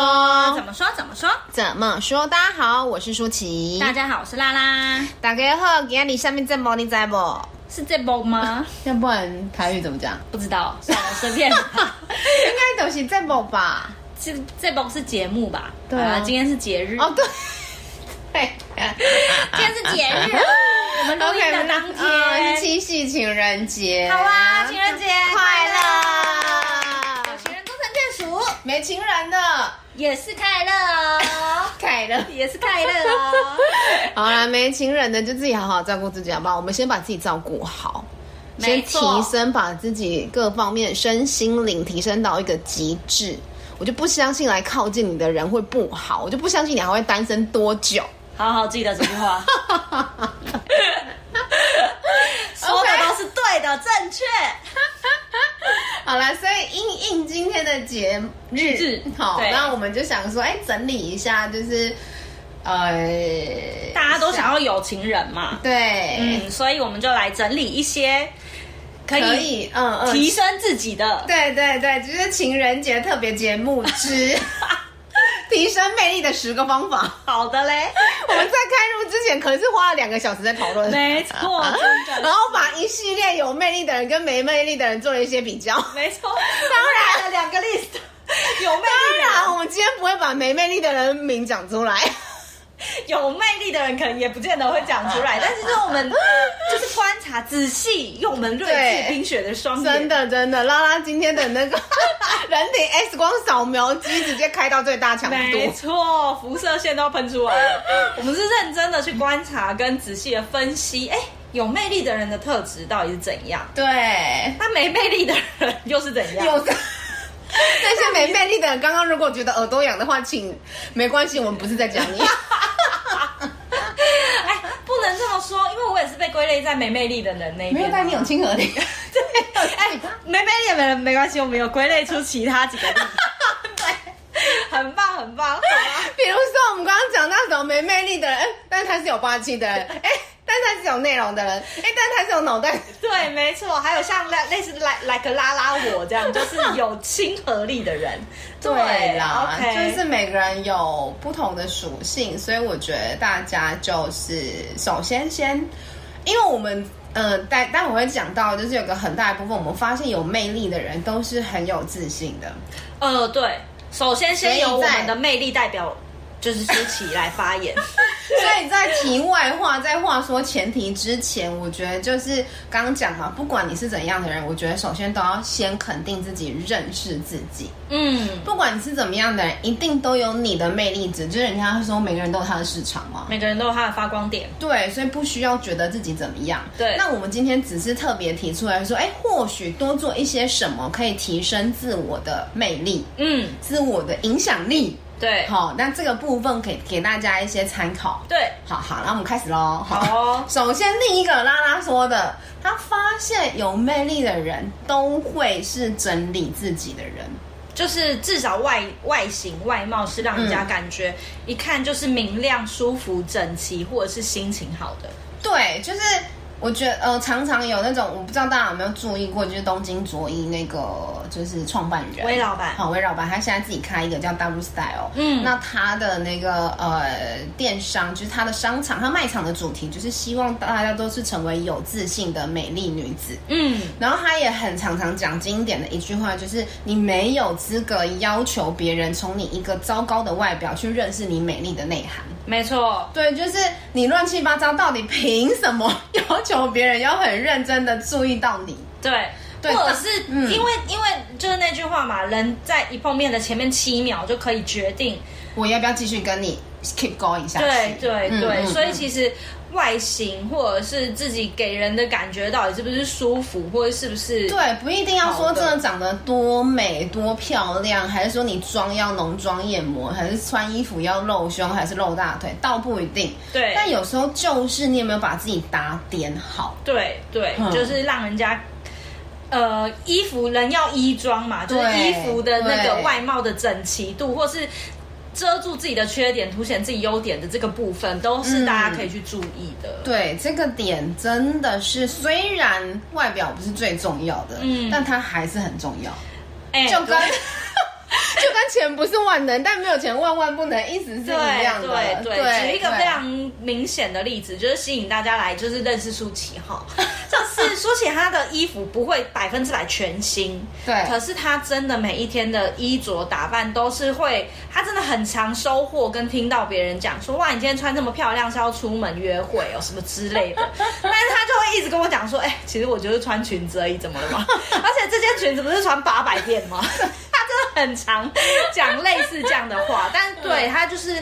么说怎么说？怎么说？大家好，我是舒淇。大家好，我是拉拉，大家好，今天你下面这波你在不？是这波吗？要不然台语怎么讲？ 不知道，算了，随 便。应该都是这波吧？这这波是节目吧？对啊好啦今天是节日，哦，对， 对，今天是节日，我们录音的当嗯天是。七夕情人节。好啊，情人节快乐，有乐！情人终成眷属，没情人的也是快乐 哦，快乐。也是快乐哦。 好啦，没情人的就自己好好照顾自己，好不好？我们先把自己照顾好，没先错提升，把自己各方面身心灵提升到一个极致。我就不相信来靠近你的人会不好，我就不相信你还会单身多久。好好记得这句 话。说的都是对的，正确。好啦，所以因应今天的节日，日好，对那我们就想说，哎、整理一下，就是呃，大家都想要有情人嘛，对，嗯，所以我们就来整理一些可可以以，嗯嗯，提升自己的。对对对，就是情人节特别节目 之提升魅力的十个方法。好的 嘞，我们在开录之前，可能是花了两个小时在讨论，没错，真 然的，后把一系列有魅力的人跟没魅力的人做了一些比较。没错，当然了，两个 list 有当魅力的然，我们今天不会把没魅力的人名讲出来。人，有魅力的人可能也不见得会讲出来，但是就是我 们就是观察仔细，用我们睿智对冰雪的双眼，真的真的，拉拉今天的那 个人体 X 光扫描机直接开到最大强没度。错，辐射线都要喷出来 了。我们是认真的去观察跟仔细的分析，哎，有魅力的人的特质到底是怎样？对，那没魅力的人又是怎样？有的。 那些没魅力的人，刚刚如果觉得耳朵痒的话，请没关系，我们不是在讲你。哎，不能这么说，因为我也是被归类在没魅力的人那 一边。没有，但你有亲和 力。哎，没魅力的人没关系，我们有归类出其他几个 例子。对，很棒，很棒。好啊比如说，我们刚刚讲到什么没魅力的人，哎但是他是有霸气的人， 哎，但是他是有内容的人，哎，但是他是有脑袋。对，没错，还有像类类似来来个拉拉我这样，就是有亲和力的人。啦 o k 就是每个人有不同的属性，所以我觉得大家就是首先先，因为我们。呃，待待会会讲到，就是有个很大一部分，我们发现有魅力的人都是很有自信的，呃，对，首先先由我所以在们的魅力代表就是舒淇来发言。所以在题外话，在话说前提之前，我觉得就是刚刚讲嘛，不管你是怎样的人，我觉得首先都要先肯定自己，认识自己。嗯，不管你是怎么样的人，一定都有你的魅力值，就是人家会说每个人都有他的市场嘛。每个人都有他的发光点。对，所以不需要觉得自己怎么样。对那我们今天只是特别提出来说，哎，或许多做一些什么可以提升自我的魅力、嗯，自我的影响力。对，好，那这个部分给给大家一些参考。对，好好，那我们开始喽。好 哦首先第一个拉拉说的，他发现有魅力的人都会是整理自己的人，就是至少外外形外貌是让人家感觉、嗯一看就是明亮、舒服、整齐，或者是心情好的。对，就是。我觉得呃，常常有那种我不知道大家有没有注意过，就是东京卓一那个就是创办人魏老板，好，魏老板他现在自己开一个叫 W Style，嗯那他的那个呃电商就是他的商场，他卖场的主题就是希望大家都是成为有自信的美丽女子。嗯，然后他也很常常讲经典的一句话，就是你没有资格要求别人从你一个糟糕的外表去认识你美丽的内涵。没错，对，就是你乱七八糟，到底凭什么要求别人要很认真的注意到你？对。对或者但是嗯因为、因为就是那句话嘛，人在一碰面的前面七秒就可以决定我要不要继续跟你 keep going 下去？对对嗯对，嗯所以其实外形或者是自己给人的感觉到底是不是舒服，或者是不是对，不一定要好说的真的长得多美多漂亮，还是说你妆要浓妆艳抹，还是穿衣服要露胸，还是露大腿，倒不一定。对但有时候就是你有没有把自己打点好？对对嗯就是让人家。呃，衣服人要衣装嘛，就是对衣服的那个对外貌的整齐度，或是遮住自己的缺点、凸显自己优点的这个部分，都是大家可以去注意的。对，这个点真的是，虽然外表不是最重要的，嗯但它还是很重要。哎 就跟就跟钱不是万能，但没有钱万万不能，意思是一样的。对对对，举一个对非常明显的例子，就是吸引大家来，就是认识舒淇 哈。就是舒淇她的衣服不会百分之百全新，对可是她真的每一天的衣着打扮都是会，她真的很常收获跟听到别人讲说，哇，你今天穿这么漂亮是要出门约会哦，什么之类 的。但是她就会一直跟我讲说，哎、其实我就是穿裙子而已，怎么了嘛？而且这件裙子不是穿八百遍 吗？她真的很常讲类似这样的话，但对她就是。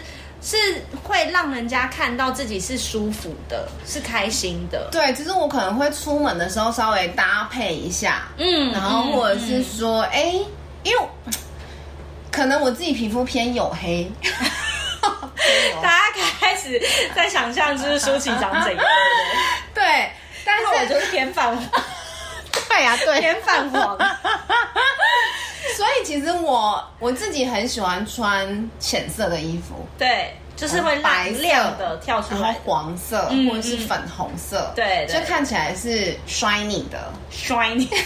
是会让人家看到自己是舒服的，是开心的。对，其实我可能会出门的时候稍微搭配一下，嗯然后或者是说，哎、因为我可能我自己皮肤偏黝黑， 大家开始在想象就是舒淇长怎样，对，但 但是我是就是偏 泛黄，对呀、对， 偏泛黄。所以其实我我自己很喜欢穿浅色的衣服，对，就是会白亮色亮的跳出然后来黄色、嗯或者是粉红色，对对就看起来是 shiny 的， ，shiny。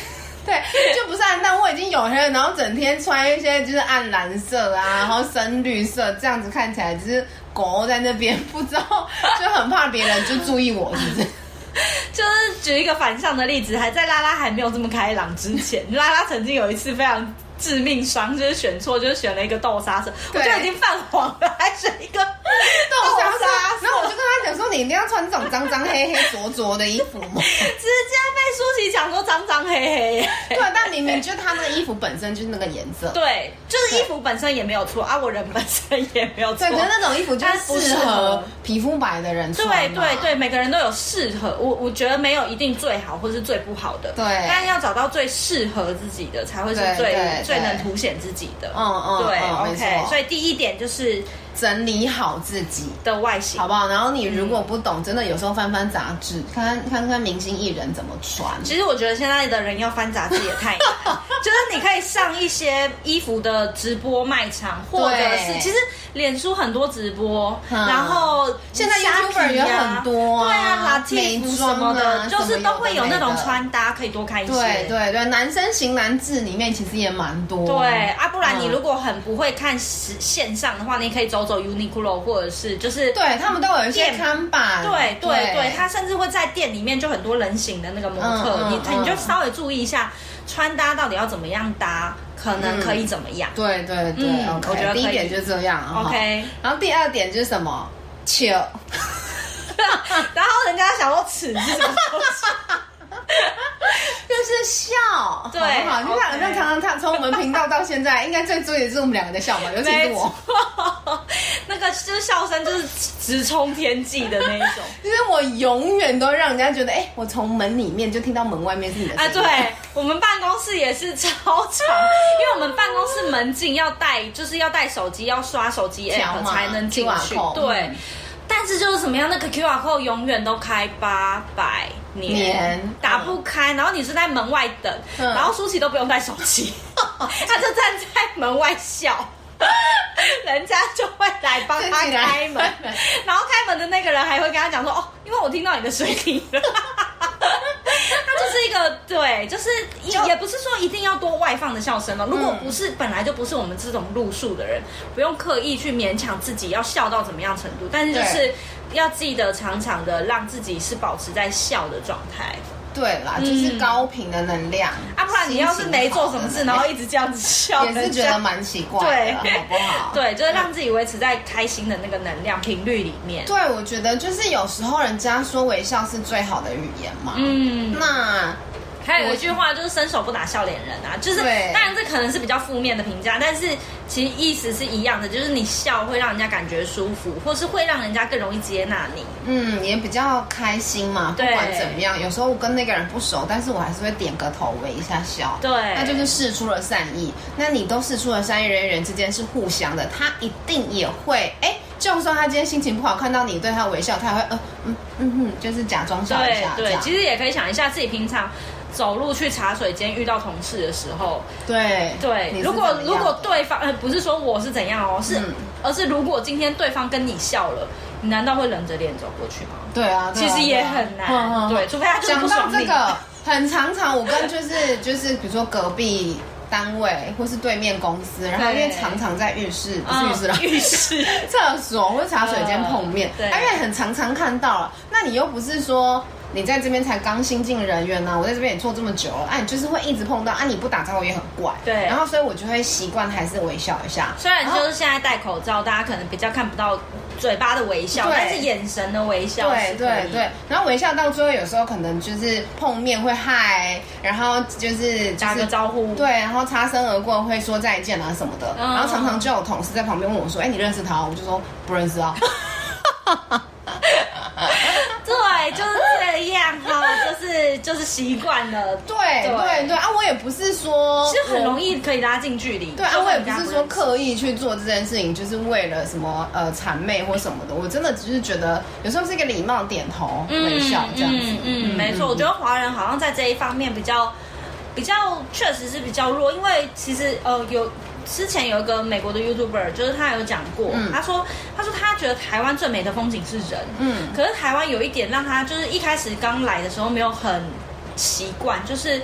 对，就不是暗淡，我已经黝黑了，然后整天穿一些就是暗蓝色 啊，然后深绿色，这样子看起来就是狗在那边，不知道就很怕别人就注意我，是不 是？就是举一个反向的例子，还在拉拉还没有这么开朗之前，拉拉曾经有一次非常。致命伤就是选错，就是选了一个豆沙色，我对就已经泛黄了，还选一个豆豆沙沙色色，然后我就跟他讲说，你一定要穿这种脏脏黑黑浊浊的衣服 嘛。直接被舒淇讲说脏脏黑黑耶。对，啊但明明就是他那个衣服本身就是那个颜色，对，就是衣服本身也没有错啊，我人本身也没有错对，。可是那种衣服就是但不适适合合皮肤白的人穿嘛对对对，每个人都有适合，我我觉得没有一定最好或是最不好的，对但要找到最适合自己的才会是对最对最对能凸显自己的。嗯嗯对嗯没，OK，错所以第一点就是整理好自己。的外形好，不好？然后你如果不懂，真的有时候翻翻杂志，看看看看明星艺人怎么穿。其实我觉得现在的人要翻杂志也太难， 就是你可以上一些衣服的直播卖场，或者对是其实脸书很多直播，嗯然后现在 YouTuber 也很多对啊，拉啊替服美什妆么的，啊就什是么有的都会有那种没的穿搭，可以多看一些。对对对，男生型男志里面其实也蛮多。对啊，不然你嗯如果很不会看实线上的话，你可以走走 Uniqlo 或者是就是对他们都有一些店看板。对对对，他甚至会在店里面就很多人形的那个模特，嗯嗯你嗯你就稍微注意一下穿搭到底要怎么样搭，可能可以怎么样。对对对嗯 o k 我觉得可以第一点就是这样。哈 OK 然后第二点就是什么？chill，嗯然后人家想说尺是什么 东西？就是笑，对好不好？就像 OK 像常常他从我们频道到现在， 应该最注意的是我们两个的笑吧，尤其是我。错， 那个就是笑声就是直冲天际的那一种。就是我永远都让人家觉得，哎、我从门里面就听到门外面是你的声啊，音对我们办公室也是超长，因为我们办公室门禁要带，就是要带手机，要刷手机条 app 码才能进 QR 去。 code 对嗯，但是就是怎么样，那个 QR code 永远都开八百年，年打不开。然后你是在门外等，嗯然后舒淇都不用带手 机，她就站在门外笑。人家就会来帮他自己来开门，然后开门的那个人还会跟他讲说：“哦，因为我听到你的声音了。”它就是一个对，就是嗯也就也不是说一定要多外放的笑声了。如果不是本来就不是我们这种路数的人，不用刻意去勉强自己要笑到怎么样程度，但是就是对要记得常常的让自己是保持在笑的状态对啦，就是高频的能量、嗯啊，不然你要是没做什么心事，情然好后的哎一直这样子笑，也是觉人得家蛮奇怪的，对好不好？ 对，就是让自己维持在开心的那个能量频率里面。对，我觉得就是有时候人家说微笑是最好的语言嘛。嗯，那还有一句话就是“伸手不打笑脸人”啊，就是对当然这可能是比较负面的评价，但是其实意思是一样的，就是你笑会让人家感觉舒服，或是会让人家更容易接纳你。嗯，也比较开心嘛，不对管怎么样，有时候我跟那个人不熟，但是我还是会点个头，微一下笑。对那就是试出了善意。那你都试出了善意，人与人之间是互相的，他一定也会哎。就算他今天心情不好，看到你对他微笑，他也会呃嗯嗯哼，就是假装笑一对下这对，样。其实也可以想一下自己平常走路去茶水间遇到同事的时候，对对，你是如果怎么样如果对方呃不是说我是怎样哦，是、嗯而是如果今天对方跟你笑了，你难道会冷着脸走过去吗？对啊，对其啊实也对啊很难，嗯嗯嗯 对，除非他就是讲不到爽这你。个，很常常我跟就是就是比如说隔壁单位或是对面公司，然后因为对常常在浴室，不是嗯浴室啦，浴室， 厕所或者茶水间碰面，呃对啊因为很常常看到了。那你又不是说你在这边才刚新进人员呢、我在这边也做这么久了，啊，你就是会一直碰到，啊，你不打招呼也很怪，对然后所以我就会习惯还是微笑一下，虽然就是现在戴口罩，大家可能比较看不到嘴巴的微笑，对但是眼神的微笑对是可对以对，然后微笑到最后有时候可能就是碰面会嗨，然后就是就打个是招呼，对，然后擦身而过会说再见啊什么的，嗯然后常常就有同事在旁边问我说：“哎、你认识他？”我就说不认识啊。对，就是这样哈，就是就是习惯了，对对对对啊，我也不是说其实很我容易可以拉近距离。对啊，就我也人不家是说认识刻意去做这件事情，就是为了什么呃谄媚或什么的。我真的只是觉得有时候是一个礼貌点头、微笑这样子。嗯嗯，没错，我觉得华人好像在这一方面比较比较确实是比较弱，因为其实呃有。之前有一个美国的 YouTuber，就是他有讲过，嗯他说他说他觉得台湾最美的风景是人，嗯可是台湾有一点让他就是一开始刚来的时候没有很习惯，就是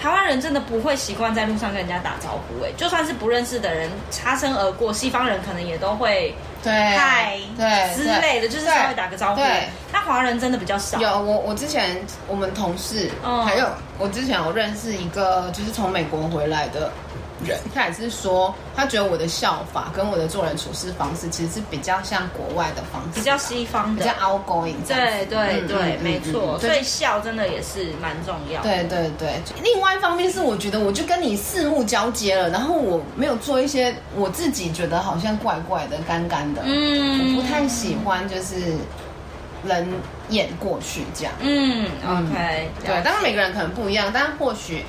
台湾人真的不会习惯在路上跟人家打招呼、哎，就算是不认识的人擦身而过，西方人可能也都会对，嗨对之对类的，就是对稍微打个招呼对。但华人真的比较少，有我，我之前我们同事，嗯还有我之前有认识一个就是从美国回来的人，他也是说他觉得我的笑法跟我的做人处事方式其实是比较像国外的方式，啊比较西方比的较。outgoing 这样对子。对嗯对，嗯没嗯错，嗯所以笑真的也是蛮重要。，对对对，另外一方面是我觉得我就跟你四目交接了，然后我没有做一些我自己觉得好像怪怪的、干干的，嗯我不太喜欢就是人演过去这样。嗯，OK，对，当然每个人可能不一样，但或许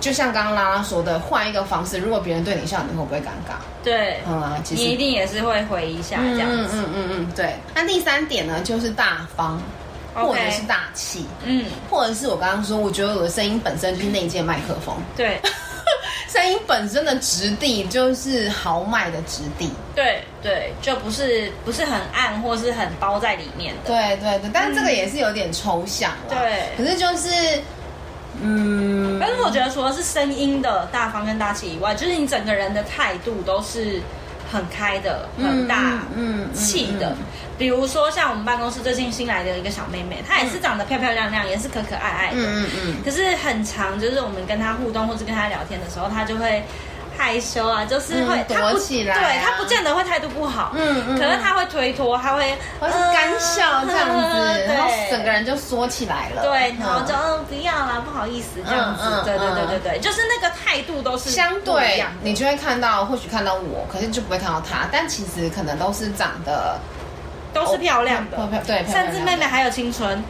就像刚刚拉拉说的，换一个方式，如果别人对你笑，你会不会尴尬？对，嗯啊，其你一实。定也是会回一下这嗯样嗯子。嗯嗯嗯，对。那第三点呢，就是大方嗯或者 OK，是大气，嗯，或者是我刚刚说，我觉得我的声音本身就是那一件麦克 风，对声音本身的质地就是豪迈的质地。对对，就不是不是很暗或是很包在里面的。对对对，但是这个也是有点抽象啦。对可是就是，嗯但，是我觉得除了是声音的大方跟大气以外，就是你整个人的态度都是很开的、很大嗯嗯嗯气的嗯。比如说像我们办公室最近新来的一个小妹妹，她也是长得漂漂亮亮，也是可可爱爱的。嗯嗯嗯，可是很长，就是我们跟他互动或者跟他聊天的时候，他就会害羞啊，就是会、嗯他不躲起来啊对他不见得会态度不好，嗯嗯嗯可是他会推脱，他会我是干笑这样子，嗯然后 对整个人就缩起来了。对，然后嗯就嗯不要啦，不好意思这样子嗯，嗯对对对嗯对对，就是那个态度都是相不一对样的，你就会看到，或许看到我，可是就不会看到他，但其实可能都是长得都是漂亮的嗯漂，漂对，漂亮甚至妹妹还有青春，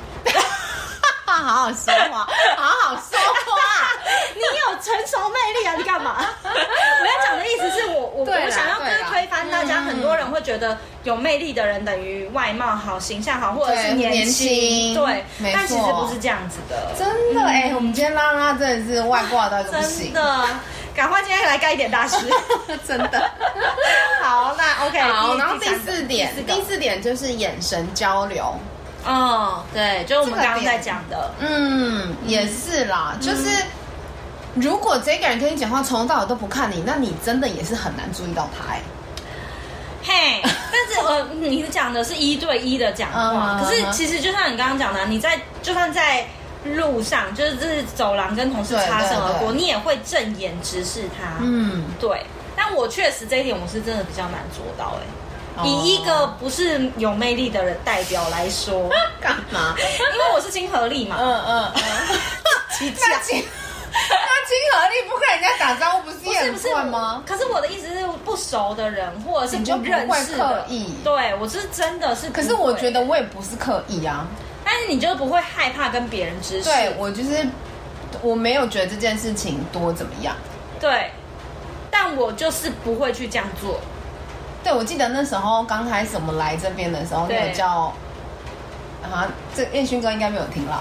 好好说话， 好好说话。你有成熟魅力啊！你干 嘛？我要讲的意思是我我对啦我想要对跟啦推翻大家，嗯很多人会觉得有魅力的人等于外貌好、形象好，或者是对年轻，年轻对没，但其实错不是这样子的， 真的哎、我们今天拉拉真的是外挂到一个不行真，的。赶快今天来干一点 大事。真的。好，那 OK 第。好，然后第三个四点，第四第个，四点就是眼神交流。嗯，对，就是我们刚刚在讲的，嗯，也是啦，就是如果这个人跟你讲话从头到尾都不看你，那你真的也是很难注意到他哎、嘿，但是呃，你讲的是一对一的讲话，嗯可是嗯其实就像你刚刚讲的，你在就算在路上，就是这走廊跟同事对擦身而对过，对你也会正眼直视他。嗯，对。但我确实这一点我是真的比较难做到哎、哦以一个不是有魅力的人代表来说， 干嘛？因为我是亲和 力嘛，嗯嗯 嗯，起价那亲那亲和力不跟人家打招呼，不是不也是很不是怪吗？可是我的意思是，不熟的人或者是你就不认会识刻的，意对我是真的是不会。可是我觉得我也不是刻意啊，但是你就不会害怕跟别人直视。对我就是我没有觉得这件事情多怎么样。对，但我就是不会去这样做。对，我记得那时候刚开始我们来这边的时候，你对有叫啊，这彦勋哥应该没有听到。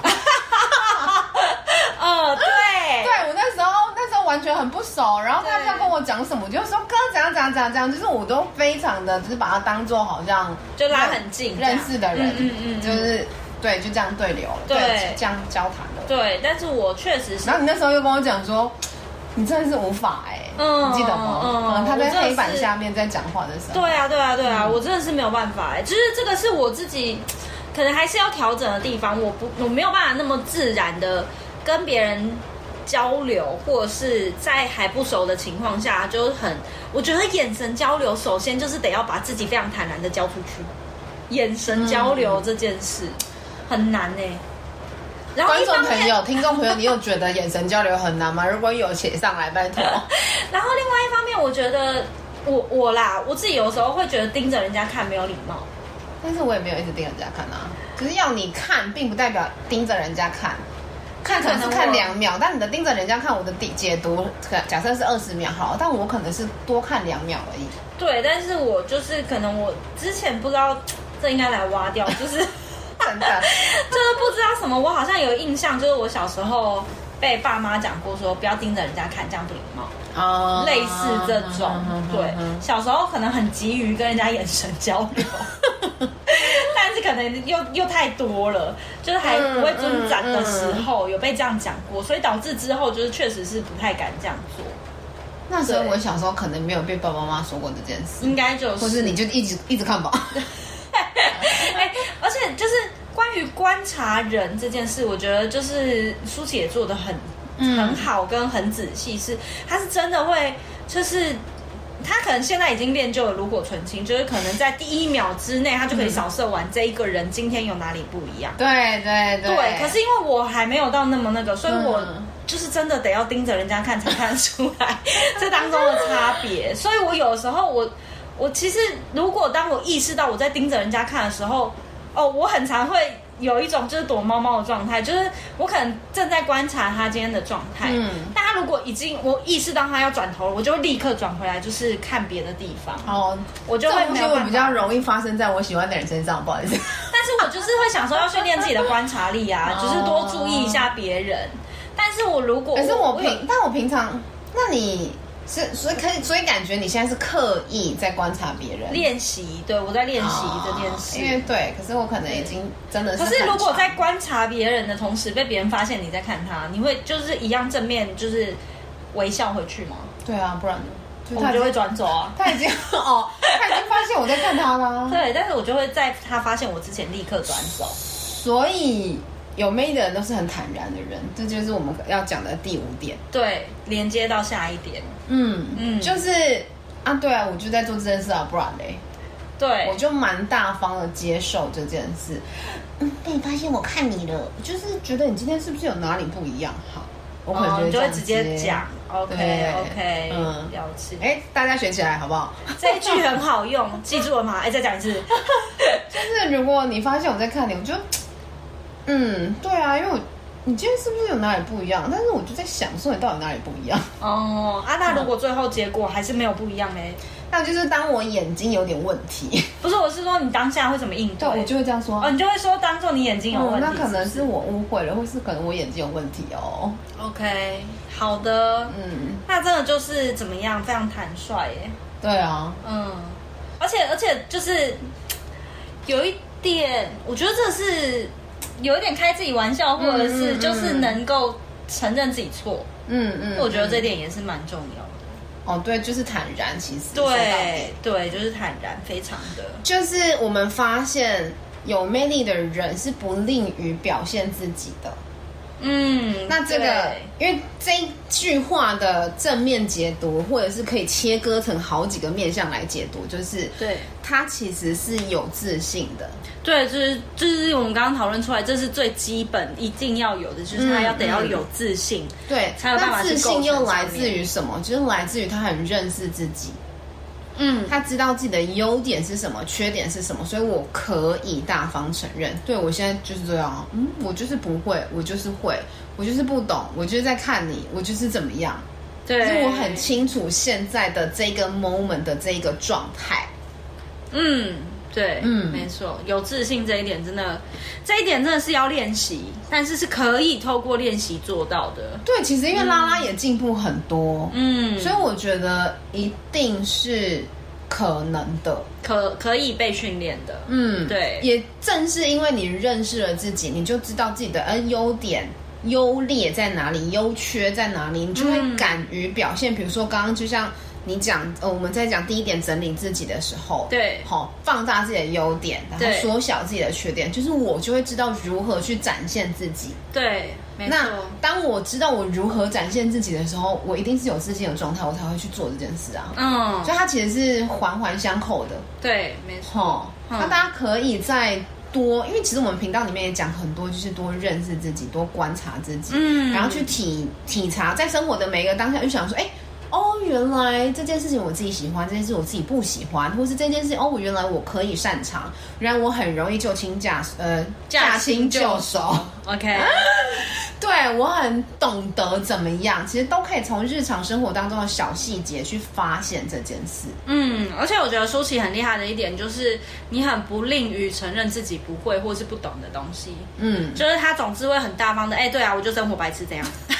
哦，对呃对我那时候那时候完全很不熟，然后他对要跟我讲什么，我就说哥怎样怎样怎样怎样，就是我都非常的就是把他当做好像就拉很近认识的人，嗯嗯嗯嗯就是对就这样对流了，对这样交谈了。对但是我确实是然后你那时候又跟我讲说，你真的是无法哎、嗯你记得吗？嗯他在我真的黑板是下面在讲话的时候，对啊，对啊，对啊，我真的是没有办法哎、就是这个是我自己可能还是要调整的地方，我不我没有办法那么自然的跟别人交流，或者是在还不熟的情况下，就是很我觉得眼神交流，首先就是得要把自己非常坦然的交出去，眼神交流嗯这件事、很难哎、然后观一众方朋面，友、听众朋友，你有觉得眼神交流很难吗？如果有，写上来，拜托。然后另外一方面，我觉得我我啦，我自己有时候会觉得盯着人家看没有礼貌。但是我也没有一直盯人家看啊。可是要你看，并不代表盯着人家看，看可能是看两秒，但你的盯着人家看，我的底解读，可假设是二十秒好，但我可能是多看两秒而已。对，但是我就是可能我之前不知道，这应该来挖掉， 就是就是真的，不知道什么，我好像有印象，就是我小时候被爸妈讲过说不要盯着人家看，这样不礼貌，哦 类似这种。啊对，小时候可能很急于跟人家眼神交 流。但是可能又又太多了，就是还不会尊长的时候、有被这样讲过，所以导致之后就是确实是不太敢这样做，那时候对我小时候可能没有被爸爸妈妈说过这件事，应该就是或是你就一直一直 看吧。哎、而且就是关于观察人这件事，我觉得就是舒淇也做的很、嗯很好，跟很仔细，是她是真的会就是。她可能现在已经练就了炉火纯青，就是可能在第一秒之内，她就可以扫射完这一个人今天有哪里不一样。对对对对，可是因为我还没有到那么那个，所以我嗯就是真的得要盯着人家看才看得出来这当中的差别。所以我有时候我我其实如果当我意识到我在盯着人家看的时候，哦，我很常会。有一种就是躲猫猫的状态，就是我可能正在观察他今天的状态，嗯但他如果已经我意识到他要转头了，我就立刻转回来，就是看别的地方，哦，我这就种会东没西有我办比法较容易发生在我喜欢的人身上，不好意思。，但是我就是会想说要训练自己的观察力啊 就是多注意一下别人。但是哦我如果可是我有平，但我平常，那你是所以可以，所以感觉你现在是刻意在观察别人，练习，对我在练习哦这件因为事。对，可是我可能已经真的是可很是长。如果在观察别人的同时被别人发现你在看他，你会就是一样正面就是微笑回去吗？对啊，不然呢我他们已经就会转走啊。他已经 哦，他已经发现我在看他啦，对，但是我就会在他发现我之前立刻转走。所以有魅的人都是很坦然的人，这就是我们要讲的第五点。对，连接到下一点。嗯嗯，嗯就是啊，对啊，我就在做这件事啊，不然嘞。对我，就蛮大方的接受这件事。嗯，被发现我看你了，就是觉得你今天是不是有哪里不一样？好，我可能哦就,、你就会直接讲。OK 对 OK，嗯了解。哎、大家学起来好不 好？这一句很好用， 记住了吗？哎，再讲 一次。就是如果你发现我在看你，我就，嗯，对啊，因为我你今天是不是有哪里不一样？但是我就在想说你到底哪里不一样。 哦，嗯啊，那如果最后结果还是没有不一样嘞？那就是当我眼睛有点问 题，不是，我是说你当下会怎么应对，我就会这样说。哦，你就会说当做你眼睛有哦问题。那可能是我误会了，或是可能我眼睛有问题哦。 OK，好的，嗯，那真的就是怎么样，非常坦率耶。对啊，嗯，而且而且就是有一点，我觉得这是有一点开自己玩笑，或者嗯嗯是嗯就是能够承认自己错，嗯嗯，我觉得嗯这点也是蛮重要的。哦，对，就是坦然，其实说到底对对，就是坦然，非常的。就是我们发现有魅力的人是不吝于表现自己的。嗯，那这个对，因为这一句话的正面解读，或者是可以切割成好几个面向来解读，就是对他其实是有自信的，对，就是就是我们刚刚讨论出来，这是最基本一定要有的，就是他要嗯得要嗯有自信。对。才有办那法去自构信成又上来自面于什么？就是来自于他很认识自己，嗯，他知道自己的优点是什么，缺点是什么，所以我可以大方承认。对我现在就是这样啊，嗯，我就是不会，我就是会，我就是不懂，我就是在看你，我就是怎么样。对，可是我很清楚现在的这个 moment 的这个状态。嗯，对，嗯嗯，没错，有自信这一点真的，这一点真的是要练习，但是是可以透过练习做到的。对，其实因为拉拉也进步很多，嗯，所以我觉得一定是可能的。可可以被训练的。嗯，对也正是因为你认识了自己，你就知道自己的呃优点优劣在哪里，优缺在哪里，你就会敢于表现。比如说刚刚就像你讲，呃，我们在讲第一点整理自己的时候，对好、放大自己的优点，然后对缩小自己的缺点，就是我就会知道如何去展现自己。对，没错那，当我知道我如何展现自己的时候，我一定是有自信的状态，我才会去做这件事啊。嗯，所以它其实是环环相扣的。对，没错，哦，嗯那大家可以再多，因为其实我们频道里面也讲很多，就是多认识自己，多观察自己，嗯然后去体体察在生活的每一个当下，就想说，哎、哦，原来这件事情我自己喜欢，这件事我自己不喜欢，或是这件事情哦，我原来我可以擅长，原来我很容易就轻驾呃驾轻就熟，嗯 OK， 对我很懂得怎么样，其实都可以从日常生活当中的小细节去发现这件事。嗯，而且我觉得舒淇很厉害的一点就是，你很不吝于承认自己不会或是不懂的东西，嗯，就是他总是会很大方的，哎、对啊，我就生活白痴 这样。或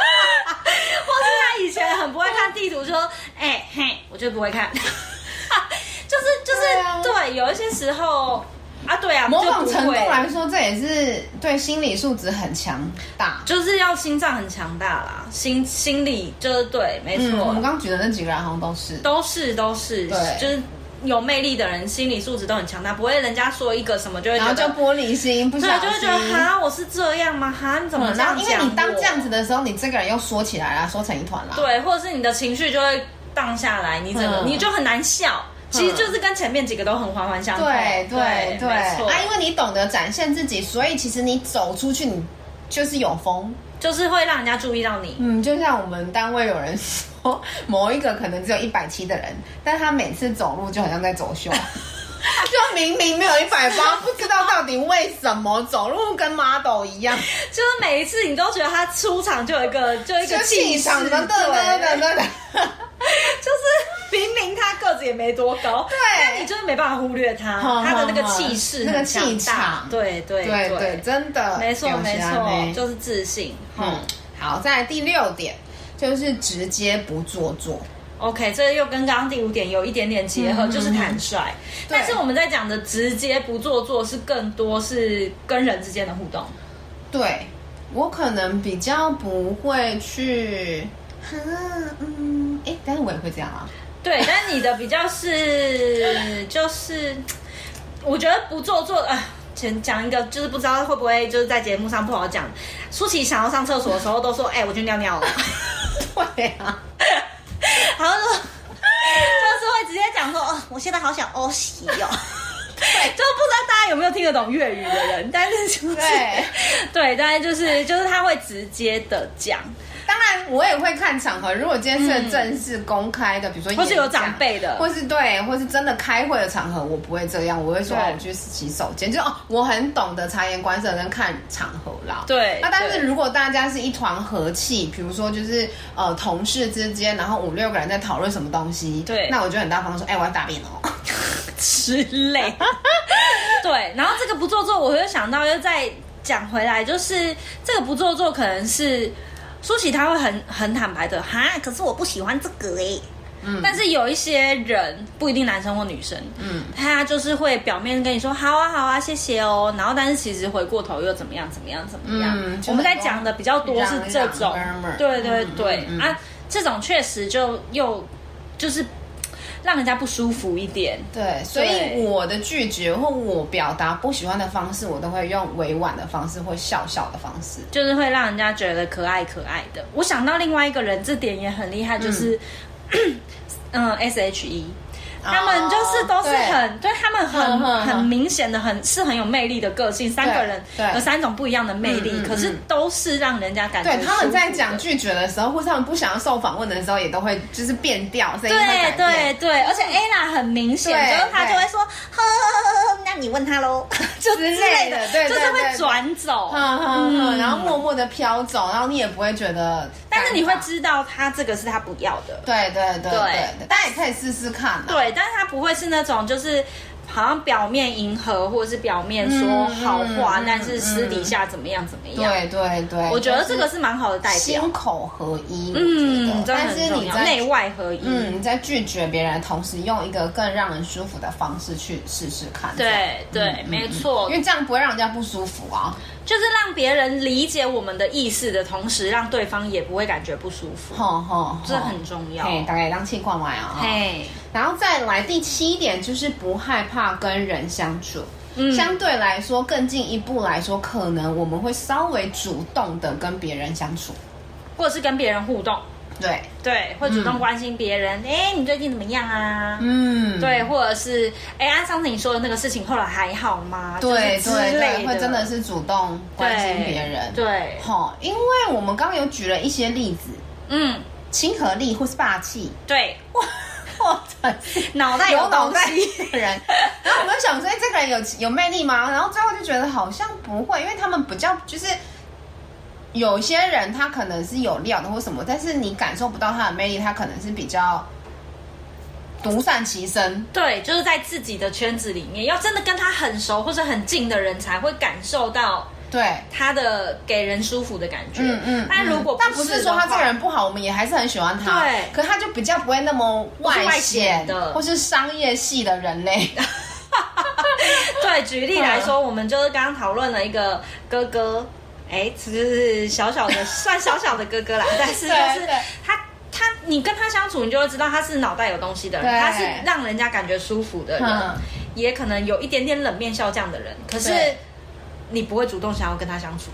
是他以前很不会看地图，就说，哎、嘿，我就不会看。 就是就是对啊对,、有一些时候啊，对啊，某就种不程度会来说，这也是对心理素质很强大。就是要心脏很强大啦，心心理就是对，没嗯，我错，们刚刚举的那几个人好像都是。都是都是，对就是有魅力的人，心理素质都很强大，不会人家说一个什么就会然觉后就得，玻璃心，不小对，就会心觉。得哈，我是这样吗？哈，你怎么嗯这然样后，因讲为你当我这样子的时候，你这个人又缩起来啦，缩成一团啦。，对，或者是你的情绪就会荡下来，你整个、嗯你就很难笑。其实就是跟前面几个都很环环相扣，对对对。没错，啊，因为你懂得展现自己，所以其实你走出去，你就是有风。就是会让人家注意到你。嗯，就像我们单位有人说，某一个可能只有一百七的人，但他每次走路就好像在走 秀，就明明没有一百八，不知道到底为什么走路跟 model 一 样，就是每一次你都觉得他出场就有一个就有一就个气势场的噔噔噔对噔噔。就是明明他个子也没多高，对但你就是没办法忽略他哼他的那个哼哼气势那很强大，个气场对对 对对，真的，没错有没些安错，慰就是自信。嗯嗯，好，再来第六点就是直接不做作。 OK，这又跟刚刚第五点有一点点结合，嗯就是坦率。对但是我们在讲的直接不做作是更多是跟人之间的互动。对我可能比较不会去，哈，嗯，哎、但是我也会这样啊。 对，但你的比较是就是，我觉得不做作啊。前讲一个，就是不知道会不会就是在节目上不好讲。舒淇想要上厕所的时候，都说：“哎、我去尿尿了。对啊，”然后就就是会直接讲说：“哦，我现在好想欧洗哦。”对，就不知道大家有没有听得懂粤语的人，但是就是对， 对，但是就是就是他会直接的讲，当然我也会看场合。如果今天是正式公开的，比如说嗯或是有演讲长辈的或是对，或是真的开会的场合，我不会这样，我会说对哦我去洗手间，就哦，我很懂得察言观色跟看场合啦。对那但是对如果大家是一团和气，比如说就是呃同事之间，然后五六个人在讨论什么东西，对那我就很大方地说，哎、我要大便哦。 之类。对，然后这个不做作，我就想到又再讲回来，就是这个不做作可能是舒淇她会很很坦白的哈，可是我不喜欢这个诶、嗯但是有一些人不一定男生或女生，嗯，他就是会表面跟你说好啊好啊谢谢哦，然后但是其实回过头又怎么样怎么样怎么样。嗯就我们在很多讲的比较多是这种嚷嚷，murmur 对对嗯对、嗯嗯啊，这种确实就又就是让人家不舒服一点。对，所以对我的拒绝或我表达不喜欢的方式，我都会用委婉的方式或笑笑的方式。就是会让人家觉得可爱可爱的。我想到另外一个人，这点也很厉害，就是 嗯 S H E。他们就是都是哦对很对他们嗯嗯嗯很很明显的很是很有魅力的个性，三个人对有三种不一样的魅嗯力嗯，可是嗯都是让人家感觉对，他们在舒服的讲拒绝的时候，或是他们不想要受访问的时候，也都会就是变调，声音会改对对变。对，而且 Ella 很明显，对就是他就对会说呵呵呵，那你问他 喽，就之之类类的的，对对就是对对会转走，嗯嗯嗯，然后默默的飘走，然后你也不会觉得尴尬，但是你会知道他这个是他不要的，对对对对对，大家也可以试试看啦。对，但是他不会是那种就是好像表面迎合或者是表面说好话，嗯嗯但是私底下怎么样怎么样。对对对，我觉得这个就是蛮好的代表心。口合一，我嗯，觉得这但很是重你要，在内外合一。嗯，你在拒绝别人的同时，用一个更让人舒服的方式去试试看。这样对对，没错因。为这样不会让人家不舒服啊。就是让别人理解我们的意思的同时，让对方也不会感觉不舒服，吼吼，这很重要。嘿，大概当气矿外啊。嘿，然后再来第七点就是不害怕跟人相处。嗯相对来说，更进一步来说，可能我们会稍微主动的跟别人相处。或者是跟别人互动，对，对，会主动关心别人。哎、你最近怎么样啊？嗯，对，或者是哎，啊上次你说的那个事情，后来还好吗？对就是之对类对，的，会真的是主动关心别人。对，对吼，因为我们刚刚有举了一些例子，嗯，亲和力或是霸气，对，或者是脑袋有脑东袋西，的人，然后我们就想说，哎这个人有有魅力吗？然后最后就觉得好像不会，因为他们比较就是有些人他可能是有料的或什么，但是你感受不到他的魅力，他可能是比较独善其身。 对，就是在自己的圈子里面，要真的跟他很熟或者很近的人，才会感受到对，他的给人舒服的感觉。嗯嗯。但如果但不是是说他这个人。人不好，我们也还是很喜欢他。对可他就比较不会那么是外外显显的或是商业系的人 类。对，举例来说，我们就是刚刚讨论了一个哥哥，哎，其实是小小的，算小小的哥 哥啦，但是就对是对他。他，你跟他相处，你就会知道他是脑袋有东西的对人，他是让人家感觉舒服的 人，嗯也可能有一点点冷面笑匠的人。可是对你不会主动想要跟他相处，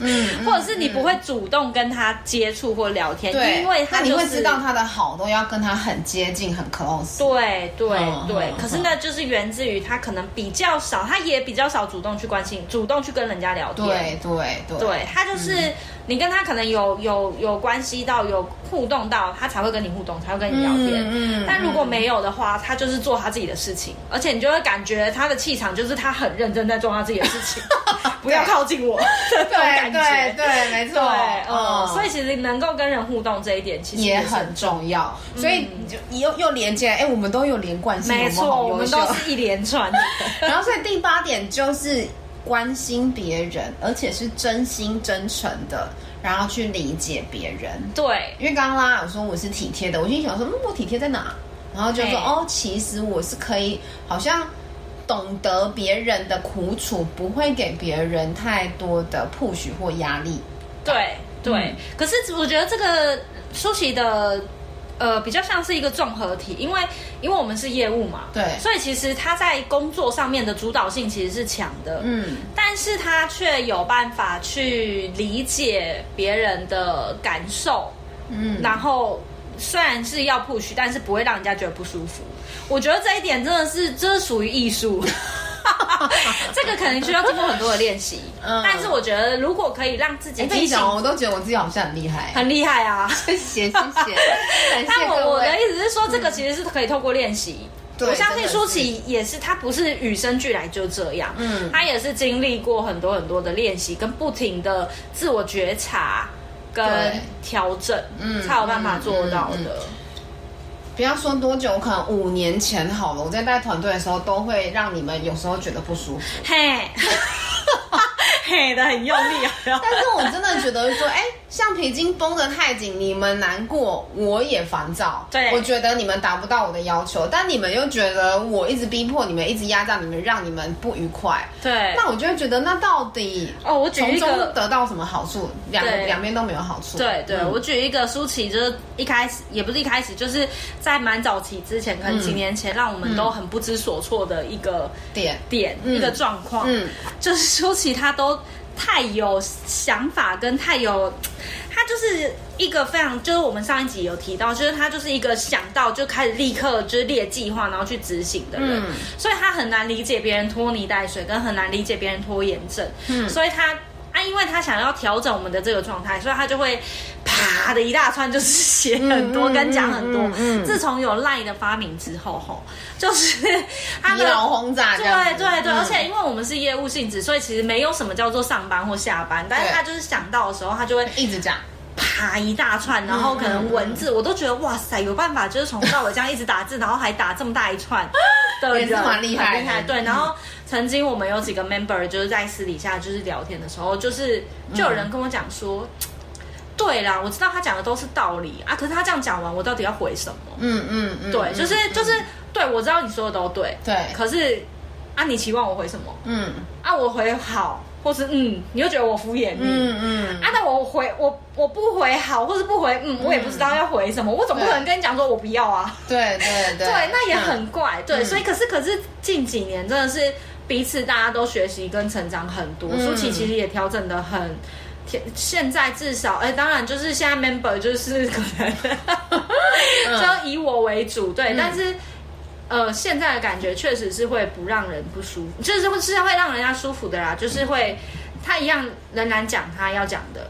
嗯， 或者是你嗯不会主动跟他接触或聊天，对，因为那他你就会是知道他的好都要跟他很接近，很 close。对对嗯对嗯，可是嗯那就是源自于他可能比较少，他也比较少主动去关心，主动去跟人家聊天。对嗯对对对，他就是、你跟他可能有有有关系到有互动到，他才会跟你互动，才会跟你聊天。嗯嗯但如果没有的话，他就是做他自己的事情，而且你就会感觉他的气场就是他很认真在做他自己的事 情，不要靠近我的那种对感对觉。对，没错，嗯，所以其实能够跟人互动这一点，其实也是很重要。所以你就你又又连接，哎，我们都哦有连贯性，没错，我我们们好优都秀。是一连 串的。然后，所以第八点就是关心别人，而且是真心真诚的，然后去理解别人。对，因为刚刚拉拉有说我是体贴的，我心里想说，嗯，我体贴在哪？然后就说，哎哦，其实我是可以，好像懂得别人的苦楚，不会给别人太多的 push 或压力。对嗯对、可是我觉得这个舒淇的呃比较像是一个综合体，因为因为我们是业务嘛，对所以其实他在工作上面的主导性其实是强的，嗯，但是他却有办法去理解别人的感受，嗯，然后。虽然是要 push，但是不会让人家觉得不舒服。我觉得这一点真的是，这是属于艺 术，这个可能需要经过很多的练习。嗯但是我觉得，如果可以让自己哎，这提一醒讲我都觉得我自己好像很厉害。很厉害啊！ 谢谢谢谢， 感谢 但各我我的位。嗯意思是说，这个其实是可以透过练习。对我相信舒真淇也是，她不是与生俱来就这样，嗯嗯，她也是经历过很多很多的练习，跟不停的自我觉察跟对调整，嗯嗯，才有办法做到嗯嗯的。不要说多久，我可能五年前好了，我在带团队的时候，都会让你们有时候觉得不舒服。 嘿，嘿的很用力，啊有没有但是我真的觉得说，哎、橡皮筋绷得太紧，你们难过，我也烦躁。对我觉得你们达不到我的要求，但你们又觉得我一直逼迫你们，一直压榨你们，让你们不愉快。对，那我就会觉得，那到底哦，我举从一中个得到什么好处？两对两边都没有好处。对对，嗯我举一个舒淇，就是一开始也不是一开始，就是在蛮早期之前，可能嗯几年前，让我们都很不知所措的一个点，点、嗯一个状况，嗯就是舒淇她都太有想法跟太有，她就是一个非常，就是我们上一集有提到，就是她就是一个想到就开始立刻就是列计划，然后去执行的人，嗯所以她很难理解别人拖泥带水，跟很难理解别人拖延症，嗯所以她。啊，因为她想要调整我们的这个状态，所以她就会啪的一大串，就是写很多、嗯嗯跟讲很多。嗯嗯嗯自从有赖的发明之后，吼，就是她疲的劳轰炸这样对子。对对，嗯而且因为我们是业务性质，所以其实没有什么叫做上班或下班，但是对他就是想到的时候，他就会一直讲。啪一大串，然后可能文字我都觉得哇塞，有办法就是从头到尾这样一直打字，然后还打这么大 一串的人，也是蛮厉害的很厉害。对，然后曾经我们有几个 member 就是在私底下就是聊天的时候，就是就有人跟我讲说，对啦，我知道他讲的都是道理啊，可是他这样讲完，我到底要回什么？嗯嗯嗯，对，就是就是对我知道你说的都对，对可是啊，你期望我回什么？嗯啊，我回好，或是嗯，你就觉得我敷衍你。嗯嗯，啊，那我回我我不回好，或是不回嗯，我也不知道要回什么，我总不可能跟你讲说我不要啊。对对对，对，那也很怪。对，嗯所以可是可是近几年真的是彼此大家都学习跟成长很多，嗯舒淇其实也调整的很。天现在至少，哎、当然就是现在 member 就是可能 就以我为主，对，嗯但是呃，现在的感觉确实是会不让人不舒服，就是会是会让人家舒服的啦，就是会他一样仍然讲他要讲的，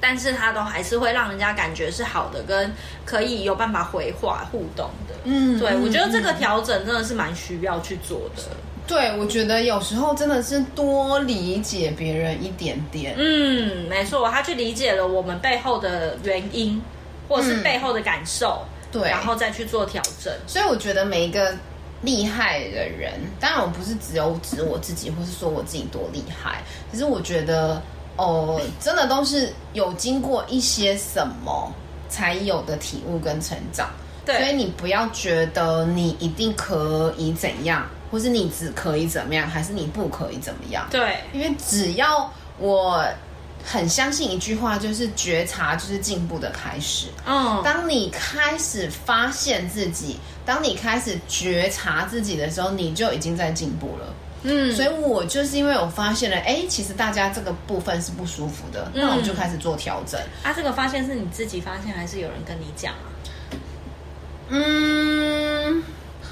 但是他都还是会让人家感觉是好的，跟可以有办法回话互动的。嗯对，嗯我觉得这个调整真的是蛮需要去做的。对，我觉得有时候真的是多理解别人一点点。嗯，没错，他去理解了我们背后的原因，或是嗯背后的感受，对然后再去做调整。所以我觉得每一个厉害的人，当然我不是只有指我自己，或是说我自己多厉害，可是我觉得哦，真的都是有经过一些什么才有的体悟跟成长。对所以你不要觉得你一定可以怎样，或是你只可以怎么样，还是你不可以怎么样。对，因为只要我很相信一句话，就是觉察就是进步的开始。嗯，当你开始发现自己，当你开始觉察自己的时候，你就已经在进步了。嗯，所以我就是因为我发现了，哎，其实大家这个部分是不舒服的，那我就开始做调整。啊，这个发现是你自己发现，还是有人跟你讲啊？嗯，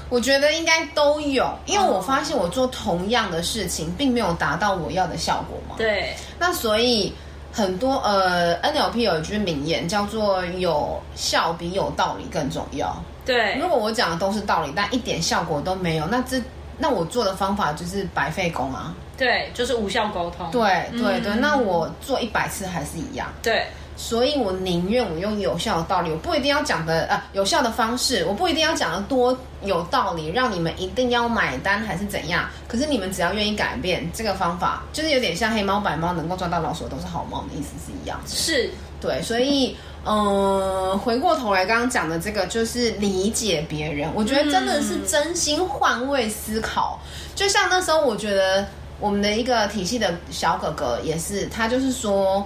我觉得应该都有，因为我发现我做同样的事情，并没有达到我要的效果嘛。对，那所以很多呃 NLP 有一句名言叫做“有效比有道理更重要”。对如，果我讲的都是道理，但一点效果都没有，那这那我做的方法就是白费工啊。对，就是无效沟通。对对嗯对，那我做一百次还是一样。对，所以我宁愿我用有效的道理，我不一定要讲的呃有效的方式，我不一定要讲的多有道理，让你们一定要买单还是怎样。可是你们只要愿意改变这个方法，就是有点像黑猫白猫能够抓到老鼠的都是好猫的意思是一样的。是，对，所以嗯、呃回过头来刚刚讲的这个就是理解别人，我觉得真的是真心换位思考。就像那时候，我觉得我们的一个体系的小哥哥也是，他就是说。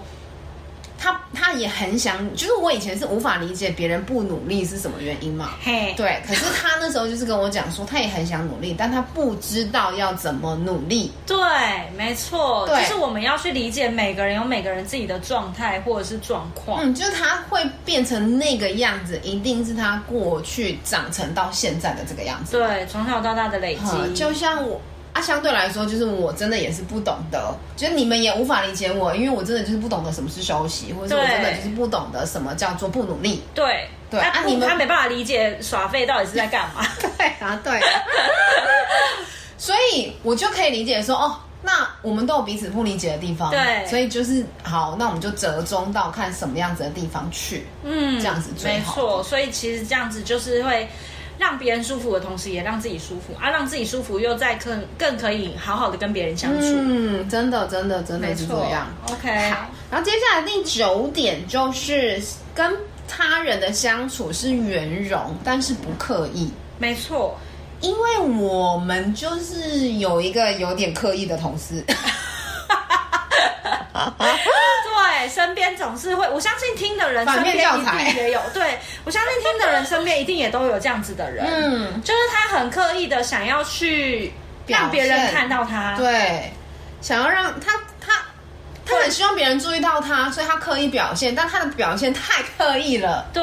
他他也很想，就是我以前是无法理解别人不努力是什么原因嘛，嘿，对。可是他那时候就是跟我讲说，他也很想努力，但他不知道要怎么努力。对，没错，就对是我们要去理解每个人有每个人自己的状态或者是状况。嗯，就是他会变成那个样子，一定是他过去长成到现在的这个样子。对，从小到大的累积，嗯，就像我啊，相对来说，就是我真的也是不懂得，就是你们也无法理解我，因为我真的就是不懂得什么是休息，或者是我对真的就是不懂得什么叫做不努力。 对对他啊不你们他没办法理解耍废到底是在干 嘛。对啊，对啊。 所以我就可以理解说，哦，那我们都有彼此不理解的地方，对所以就是好，那我们就折中到看什么样子的地方去。嗯，这样子最没好错。所以其实这样子就是会让别人舒服的同时，也让自己舒服啊，让自己舒服又再更更可以好好的跟别人相处。嗯，真的，真的，真没的是这错样。 ，OK，好，然后接下来第九点就是跟他人的相处是圆融，但是不刻意。没错，因为我们就是有一个有点刻意的同事，对，身边总是会，我相信听的人反身面边一教材定也有，对我相信听的人身边一定也都有这样子的人，嗯，就是他很刻意的想要去让别表人现看到他，对，想要让他他他很希望别人注意到他，所以他刻意表现，但他的表现太刻意了，对，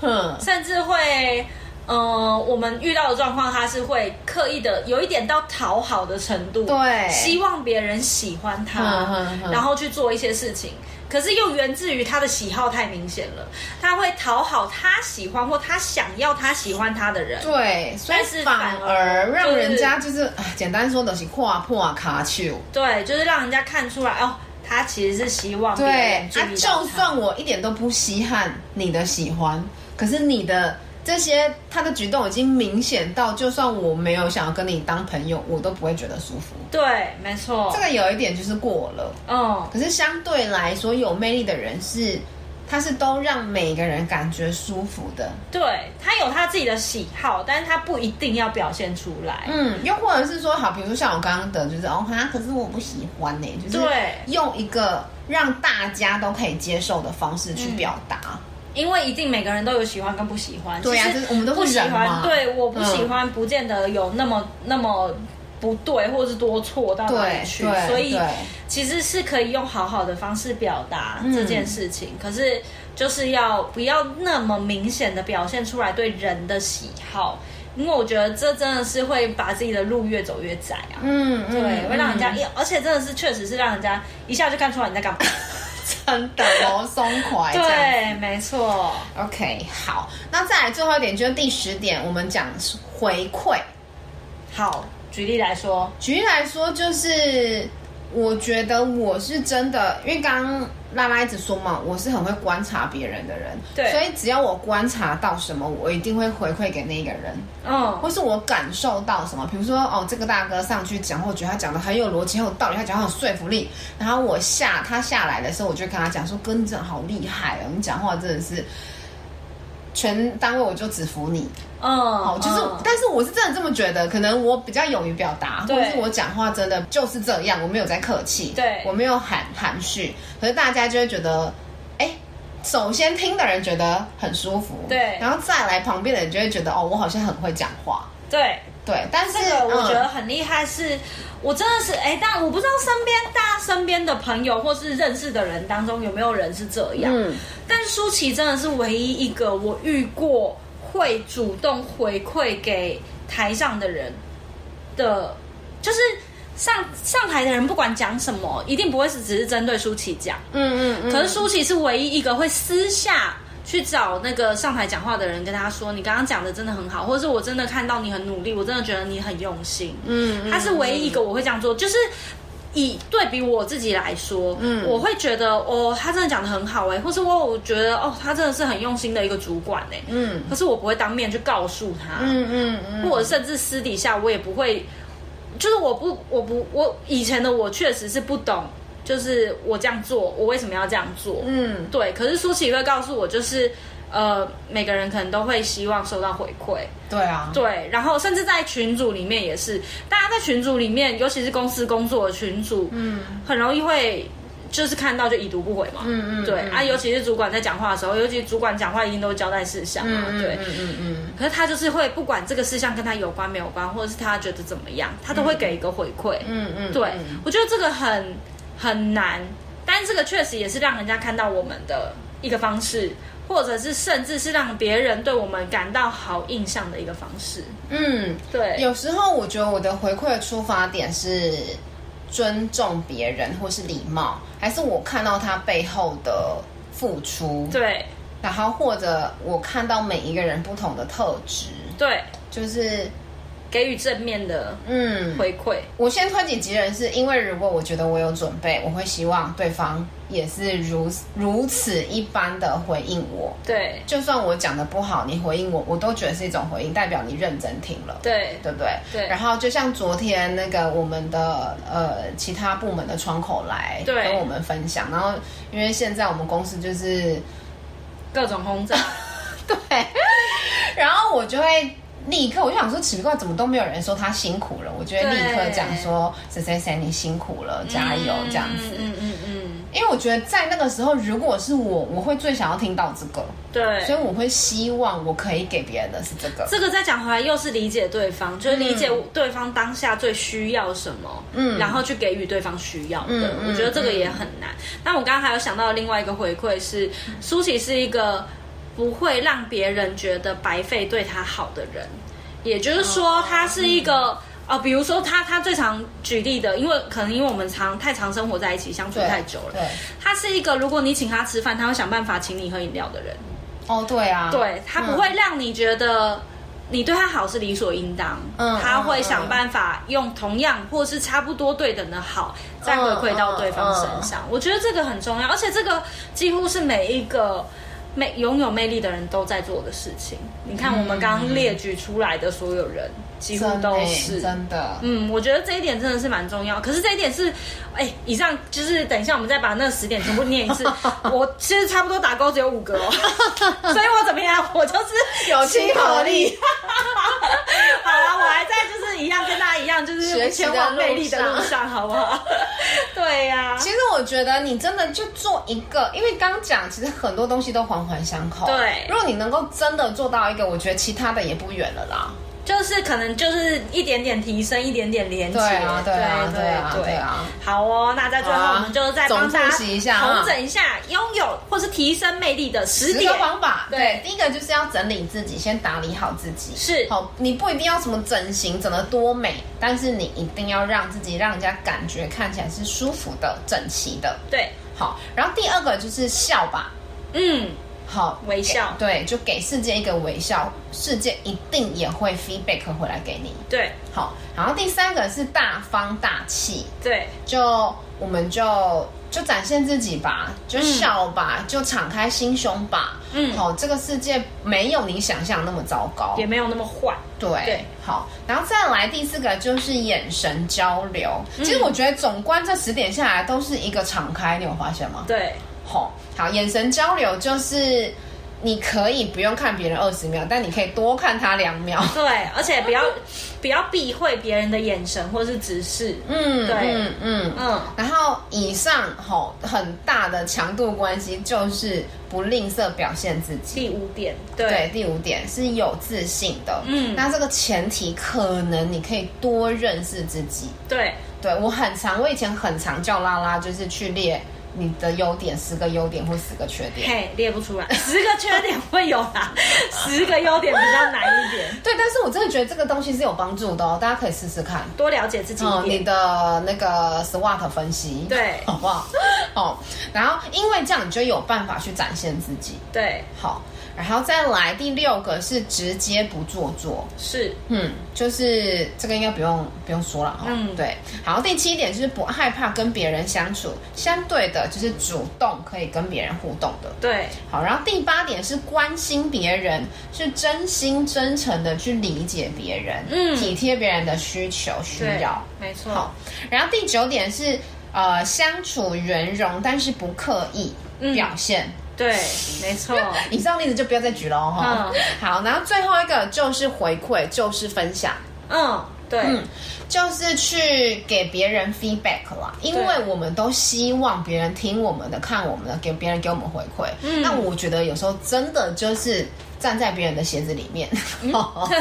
哼，甚至会，呃，我们遇到的状况，他是会刻意的，有一点到讨好的程度，对希望别人喜欢他，嗯嗯嗯然后去做一些事情。可是又源自于他的喜好太明显了，他会讨好他喜欢或他想要他喜欢他的人，对，所以但是反反而而让人就是家就是，哎简单说的是跨破卡丘。对，就是让人家看出来哦，他其实是希望别对人，注啊，意到就他。算我一点都不稀罕你的喜欢，可是你的这些他的举动已经明显到，就算我没有想要跟你当朋友，我都不会觉得舒服。对，没错这，个有一点就是过了，嗯，可是相对来说，有魅力的人是它是都让每个人感觉舒服的。对他有他自己的喜好，但是他不一定要表现出来。嗯，又或者是说，好，比如说像我刚刚的，就是哦哈，可是我不喜欢呢、就是对用一个让大家都可以接受的方式嗯去表达。因为一定每个人都有喜欢跟不喜欢。对啊其实这是我们都不是喜人欢，嘛嗯对，我不喜欢，不见得有那么那么不对，或者是多错到哪里对去。对，所以对其实是可以用好好的方式表达嗯这件事情，可是就是要不要那么明显的表现出来对人的喜好，因为我觉得这真的是会把自己的路越走越窄啊。嗯，对，嗯会让人家 嗯一，而且真的是确实是让人家一下就看出来你在干嘛。真的毛松快。这样子对，没错。 OK，好，那再来最后一点，就是第十点，我们讲回馈。好，举例来说，举例来说，就是我觉得我是真的，因为刚刚拉拉一直说嘛，我是很会观察别人的人，对所以只要我观察到什么，我一定会回馈给那个人，嗯，或是我感受到什么，比如说哦，这个大哥上去讲，我觉得他讲的很有逻辑，很有道理，他讲得很有说服力，然后我下他下来的时候，我就跟他讲说，哥你真的好厉害哦，你讲话真的是。全单位我就只服你，嗯哦，，就是，嗯但是我是真的这么觉得，可能我比较勇于表达，或对者是我讲话真的就是这样，我没有在客气，对我没有含含蓄，可是大家就会觉得，哎、首先听的人觉得很舒服，对然后再来旁边的人就会觉得，哦，我好像很会讲话，对，对，但是这个我觉得嗯很厉害是，我真的是哎、但我不知道身边大家身边的朋友或是认识的人当中有没有人是这样，嗯但是舒淇真的是唯一一个我遇过会主动回馈给台上的人的，就是上上台的人不管讲什么，一定不会是只是针对舒淇讲，嗯嗯嗯，可是舒淇是唯一一个会私下去找那个上台讲话的人，跟他说：“你刚刚讲的真的很好，或者是我真的看到你很努力，我真的觉得你很用心。”嗯，他是唯一一个我会这样做，就是。以对比我自己来说，嗯，我会觉得哦，他真的讲的很好哎、或是我我觉得哦，他真的是很用心的一个主管哎、嗯可是我不会当面去告诉他，嗯嗯嗯，或者甚至私底下我也不会，就是我不我不我以前的我确实是不懂，就是我这样做，我为什么要这样做？嗯对。可是舒淇会告诉我，就是呃，每个人可能都会希望收到回馈，对啊，对。然后甚至在群组里面也是，大家在群组里面，尤其是公司工作的群组，嗯，很容易会。就是看到就已读不回嘛，嗯嗯对嗯啊，尤其是主管在讲话的时候，尤其主管讲话一定都交代事项嘛，嗯对，嗯嗯嗯嗯，可是他就是会不管这个事项跟他有关没有关，或者是他觉得怎么样，他都会给一个回馈。嗯嗯，对嗯，我觉得这个很很难，但这个确实也是让人家看到我们的一个方式，或者是甚至是让别人对我们感到好印象的一个方式。嗯。对，有时候我觉得我的回馈的出发点是尊重别人，或是礼貌，还是我看到他背后的付出，对，然后或者我看到每一个人不同的特质，对，就是给予正面的嗯，回馈。我先推己及人，是因为如果我觉得我有准备，我会希望对方也是如如此一般的回应我。对，就算我讲的不好，你回应我，我都觉得是一种回应，代表你认真听了。对，对不对？对然后就像昨天那个我们的呃其他部门的窗口来对跟我们分享，然后因为现在我们公司就是各种 轰炸。对， 然后我就会立刻我就想说奇怪，怎么都没有人说他辛苦了？我就会立刻对讲说谁谁谁你辛苦了，加油、这样子。嗯嗯嗯因为我觉得在那个时候，如果是我，我会最想要听到这个，嗯，对。所以我会希望我可以给别人的是这个。这个再讲回来，又是理解对方，就是理嗯解对方当下最需要什么，嗯，然后去给予对方需要的。嗯嗯我觉得这个也很难。那、我刚刚还有想到另外一个回馈是，苏琪是一个不会让别人觉得白费对他好的人，也就是说，他是一个。嗯哦，比如说他他最常举例的，因为可能因为我们常太常生活在一起，相处对太久了对，，他是一个如果你请他吃饭，他会想办法请你喝饮料的人。哦，对啊，对他不会让你觉得你对他好是理所应当，嗯他会想办法用同样或是差不多对等的好，嗯再回馈到对方身上。我觉得这个很重要，而且这个几乎是每一个。魅嗯拥有魅力的人都在做的事情，你看我们刚刚列举出来的所有人，几乎都是。真的。嗯，我觉得这一点真的是蛮重要。可是这一点是，哎、以上就是等一下我们再把那十点全部念一 次。我其实差不多打勾只有五个哦，所以我怎么样？我就是有亲和力。好啦，我还在就是一样跟大家一样，就是学习的前路上往魅力的路上，好不好？对呀、其实我觉得你真的就做一个，因为刚刚讲，其实很多东西都环环相扣。对如果你能够真的做到一个，我觉得其他的也不远了啦。就是可能就是一点点提升，一点点连接。对啊，对啊，对对啊，对啊。好哦，那在最好后啊我们就再帮大家总复习一下啊重整一下拥有或是提升魅力的十十点个。方法，对对，第一个就是要整理自己，先打理好自己。是好，你不一定要什么整形整得多美，但是你一定要让自己让人家感觉看起来是舒服的、整齐的。对，好，然后第二个就是笑吧，嗯，好，微笑对，就给世界一个微笑，世界一定也会 feedback 回来给你。对好，然后第三个是大方大气，对就我们就就展现自己吧，就笑吧，就敞开心胸吧。嗯好，这个世界没有你想象那么糟糕。也没有那么坏。对，对好，然后再来第四个就是眼神交流。其实嗯我觉得总观这十点下来都是一个敞开，你有发现吗？对，好，好，眼神交流就是你可以不用看别人二十秒，但你可以多看他两秒。对，而且不要嗯不要避讳别人的眼神或是直视。嗯，对嗯嗯嗯，然后以上吼很大的强度关系就是不吝啬表现自己。第五点，对对，第五点是有自信的。嗯那这个前提可能你可以多认识自己。对对我很常，我以前很常叫拉拉，就是去列你的优点，十个优点或十个缺点。嘿，列不出来，十个缺点会有啦， 十个优点比较难一点。对，但是我真的觉得这个东西是有帮助的哦，大家可以试试看。多了解自己一嗯，你点，的那个 SWOT 分析，对 好不好？哦，然后因为这样，你就有办法去展现自己。对，好，然后再来第六个是直接不做作，是，嗯，就是这个应该不用不用说了哈。嗯对。好，第七点就是不害怕跟别人相处，相对的就是主动可以跟别人互动的。对，好，然后第八点是关心别人，是真心真诚的去理解别人，嗯体贴别人的需求需对要。，没错好，，然后第九点是呃相处圆融，但是不刻意嗯表现。对，没错，以上例子就不要再举了哦哈。嗯好，然后最后一个就是回馈，就是分享，嗯，对，嗯，就是去给别人 feedback 啦，因为我们都希望别人听我们的、看我们的，给别人给我们回馈。嗯那我觉得有时候真的就是站在别人的鞋子里面， 嗯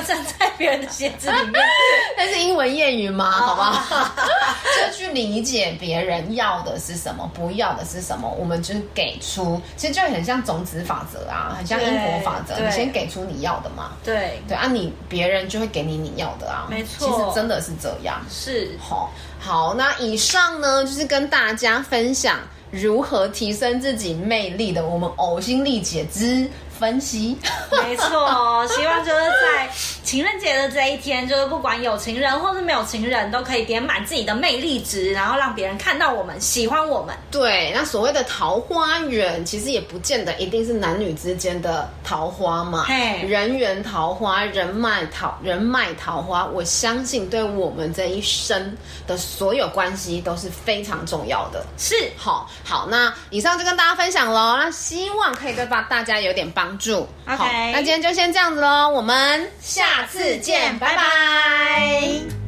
站在别人的鞋子里面， 那是英文谚语吗？哦好不好？ 就去理解别人要的是什么，不要的是什么，我们就是给出，其实就很像种子法则啊，很像因果法则，对你先给出你要的嘛，对，对啊，你别人就会给你你要的啊，没错其实真的是这样。是，好，好，那以上呢就是跟大家分享如何提升自己魅力的我们呕心沥血之分析。 没错，希望就是在情人节的这一天，就是不管有情人或是没有情人，都可以点满自己的魅力值，然后让别人看到我们，喜欢我们。对，那所谓的桃花源，其实也不见得一定是男女之间的桃花嘛嘿。人缘桃花、人脉桃、人脉桃花，我相信对我们这一生的所有关系都是非常重要的。是，好好，那以上就跟大家分享喽，那希望可以对大大家有点帮助。 OK 好，那今天就先这样子喽，我们下次见，拜拜